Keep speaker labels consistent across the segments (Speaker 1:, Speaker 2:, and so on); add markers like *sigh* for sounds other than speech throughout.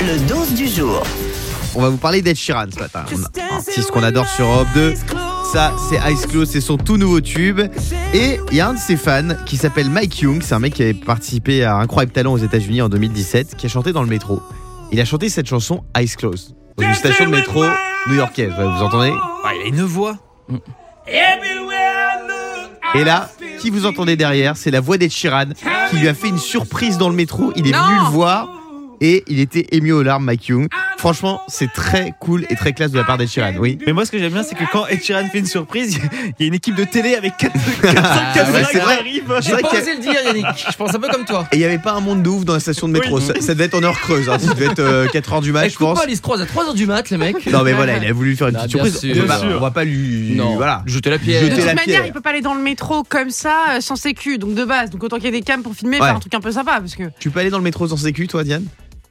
Speaker 1: Le 12 du jour.
Speaker 2: On va vous parler d'Ed Sheeran ce matin. C'est ce qu'on adore sur Europe 2. Ça, c'est Ice Close, c'est son tout nouveau tube. Et il y a un de ses fans qui s'appelle Mike Young, c'est un mec qui avait participé à Incroyable Talent aux États-Unis en 2017, qui a chanté dans le métro. Il a chanté cette chanson Ice Close dans une station de métro new-yorkaise. Vous entendez
Speaker 3: Ah, il a une voix.
Speaker 2: Et là, qui vous entendez derrière, c'est la voix d'Ed Sheeran qui lui a fait une surprise dans le métro. Il est venu le voir et il était ému aux larmes, Mike Young. Franchement, c'est très cool et très classe de la part d'Ed Sheeran, oui.
Speaker 3: Mais moi, ce que j'aime bien, c'est que quand Ed Sheeran fait une surprise, il y a une équipe de télé avec
Speaker 2: *laughs*
Speaker 3: 4 caméras
Speaker 2: ouais, c'est
Speaker 3: qui
Speaker 2: vrai.
Speaker 3: arrivent.
Speaker 2: C'est vrai
Speaker 4: Pas
Speaker 2: qu'il y a-
Speaker 4: osé le dire, Yannick. Je pense un peu comme toi.
Speaker 2: Et il n'y avait pas un monde de ouf dans la station de métro. Ça, ça devait être en heure creuse. hein. Ça devait être 4h du
Speaker 4: Eh,
Speaker 2: match, je
Speaker 4: Écoute
Speaker 2: pense.
Speaker 4: pas, ils se croisent à 3h du mat, les mecs.
Speaker 2: Non, mais voilà, il a voulu faire une
Speaker 4: Ah,
Speaker 2: petite
Speaker 4: bien
Speaker 2: surprise.
Speaker 4: sûr.
Speaker 2: On va-
Speaker 4: Bien
Speaker 3: sûr.
Speaker 2: On va pas lui.
Speaker 4: Non.
Speaker 2: Voilà.
Speaker 4: Jeter la pierre. Ah,
Speaker 2: Jeter
Speaker 5: De
Speaker 2: la
Speaker 5: toute manière,
Speaker 2: pierre.
Speaker 5: il peut pas aller dans le métro comme ça, euh, sans sécu, donc de base. Donc autant qu'il y ait des cams pour filmer,
Speaker 2: Ouais.
Speaker 5: faire un truc un peu sympa. Parce que.
Speaker 2: Tu peux aller dans le métro sans sécu, toi, Diane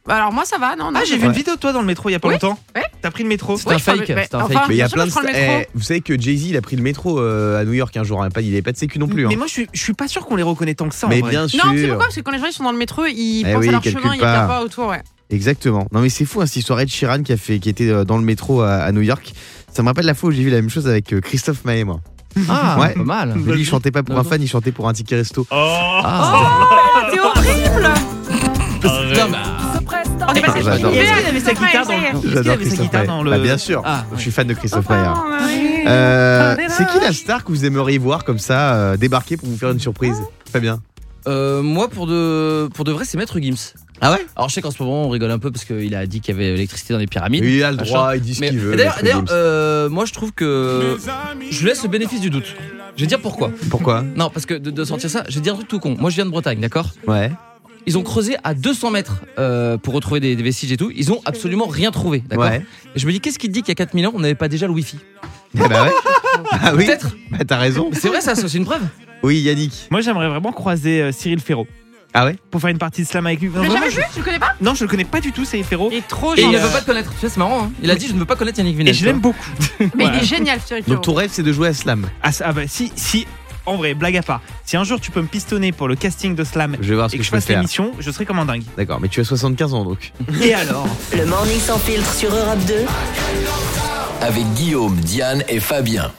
Speaker 5: Bah, Alors moi, ça va, non, non,
Speaker 3: Ah, j'ai
Speaker 5: ça
Speaker 3: vu
Speaker 5: va.
Speaker 3: une vidéo de toi dans le métro il y a pas
Speaker 5: Oui,
Speaker 3: longtemps.
Speaker 5: oui.
Speaker 3: T'as pris le métro.
Speaker 4: C'est un
Speaker 5: Oui, je prends le-
Speaker 4: fake,
Speaker 5: mais
Speaker 4: c'est un
Speaker 5: enfin,
Speaker 4: fake.
Speaker 2: Mais il y a
Speaker 5: moi,
Speaker 2: plein de.
Speaker 5: je prends le métro.
Speaker 2: Eh, vous savez que Jay-Z, il a pris le métro euh, à New York un jour. hein. Pas- Il n'avait pas de sécu non plus. hein.
Speaker 3: Mais moi, je suis, je suis pas sûr qu'on les reconnaît tant que ça. en
Speaker 2: Mais
Speaker 3: vrai.
Speaker 2: bien sûr.
Speaker 5: Non, tu sais pourquoi Parce que quand les gens ils sont dans le métro, ils
Speaker 2: Eh
Speaker 5: pensent
Speaker 2: oui,
Speaker 5: à leur
Speaker 2: ils
Speaker 5: chemin,
Speaker 2: calculent
Speaker 5: ils regardent
Speaker 2: pas.
Speaker 5: pas autour, ouais.
Speaker 2: Exactement. Non mais c'est fou hein, cette histoire Ed Sheeran qui a fait, qui était euh, dans le métro à, à New York. Ça me rappelle la fois où j'ai vu la même chose avec euh, Christophe Maé moi.
Speaker 4: Ah,
Speaker 2: Ouais.
Speaker 4: pas mal.
Speaker 2: Lui il chantait pas pour
Speaker 4: Non,
Speaker 2: un
Speaker 4: non.
Speaker 2: fan, il chantait pour un ticket resto.
Speaker 3: Oh,
Speaker 4: Ah,
Speaker 5: C'est horrible
Speaker 4: putain, bah,
Speaker 5: On
Speaker 2: passé
Speaker 5: est passé
Speaker 2: sur J'adore.
Speaker 3: Il
Speaker 2: l'idée,
Speaker 3: avait sa guitare dans le. Est-ce qu'il
Speaker 2: J'adore
Speaker 3: avait sa
Speaker 2: Christophe
Speaker 3: guitare
Speaker 2: Maé.
Speaker 3: dans le.
Speaker 2: Bah, bien sûr.
Speaker 4: Ah, Oh,
Speaker 2: Je suis fan de Christophe Maé. hein. Euh, c'est qui la star que vous aimeriez voir comme ça euh, débarquer pour vous faire une surprise Très bien.
Speaker 4: euh, moi, pour de, pour de vrai, c'est Maître Gims.
Speaker 2: Ah ouais
Speaker 4: Alors, je sais qu'en ce moment, on rigole un peu parce qu'il a dit qu'il y avait l'électricité dans les pyramides.
Speaker 2: Il a le
Speaker 4: machin.
Speaker 2: droit, il dit ce
Speaker 4: Mais-
Speaker 2: qu'il veut.
Speaker 4: et D'ailleurs,
Speaker 2: Maître
Speaker 4: d'ailleurs,
Speaker 2: Gims.
Speaker 4: euh, moi, je trouve
Speaker 2: Euh,
Speaker 4: que je laisse le bénéfice du doute. Je vais dire pourquoi. *laughs*
Speaker 2: Pourquoi
Speaker 4: Non, parce que de, de sortir ça, je vais dire un truc tout con. Moi, je viens de Bretagne, d'accord
Speaker 2: Ouais.
Speaker 4: Ils ont creusé à 200 mètres euh, pour retrouver des, des vestiges et tout. Ils ont absolument rien trouvé, d'accord
Speaker 2: Ouais. *laughs*
Speaker 4: Et Je me dis, qu'est-ce qui te dit qu'il y a 4000 ans, on n'avait pas déjà le wifi
Speaker 2: Eh bah ouais. Ah oui.
Speaker 4: Peut-être.
Speaker 2: Bah t'as raison.
Speaker 4: C'est vrai, ça, ça, c'est une preuve.
Speaker 2: Oui Yannick.
Speaker 3: Moi, j'aimerais vraiment croiser euh, Cyril Ferro
Speaker 2: Ah ouais.
Speaker 3: pour faire une partie de slam avec lui. Non,
Speaker 5: Tu l'as
Speaker 3: vraiment,
Speaker 5: jamais
Speaker 3: je...
Speaker 5: vu Tu le connais pas
Speaker 3: non, je le connais pas du tout, Cyril Ferro.
Speaker 5: Il est trop
Speaker 4: Et il ne
Speaker 5: gentil.
Speaker 4: veut pas te connaître. Tu vois, c'est marrant. hein. Il a dit, je ne veux pas connaître Yannick Vinel.
Speaker 3: Et je l'aime beaucoup. *laughs*
Speaker 5: Mais il
Speaker 3: Voilà.
Speaker 5: est génial, Thierry
Speaker 2: Donc ton rêve c'est de jouer à Slam.
Speaker 3: Ah, ça- ah bah, si, si, en vrai, blague à part, si un jour tu peux me pistonner pour le casting de Slam
Speaker 2: Je vais voir ce
Speaker 3: et
Speaker 2: que,
Speaker 3: que je
Speaker 2: je peux
Speaker 3: fasse
Speaker 2: faire.
Speaker 3: l'émission, je serai comme un dingue.
Speaker 2: D'accord, mais tu as 75 ans donc.
Speaker 3: Et alors
Speaker 1: Le morning sans filtre sur Europe 2.
Speaker 6: avec Guillaume, Diane et Fabien.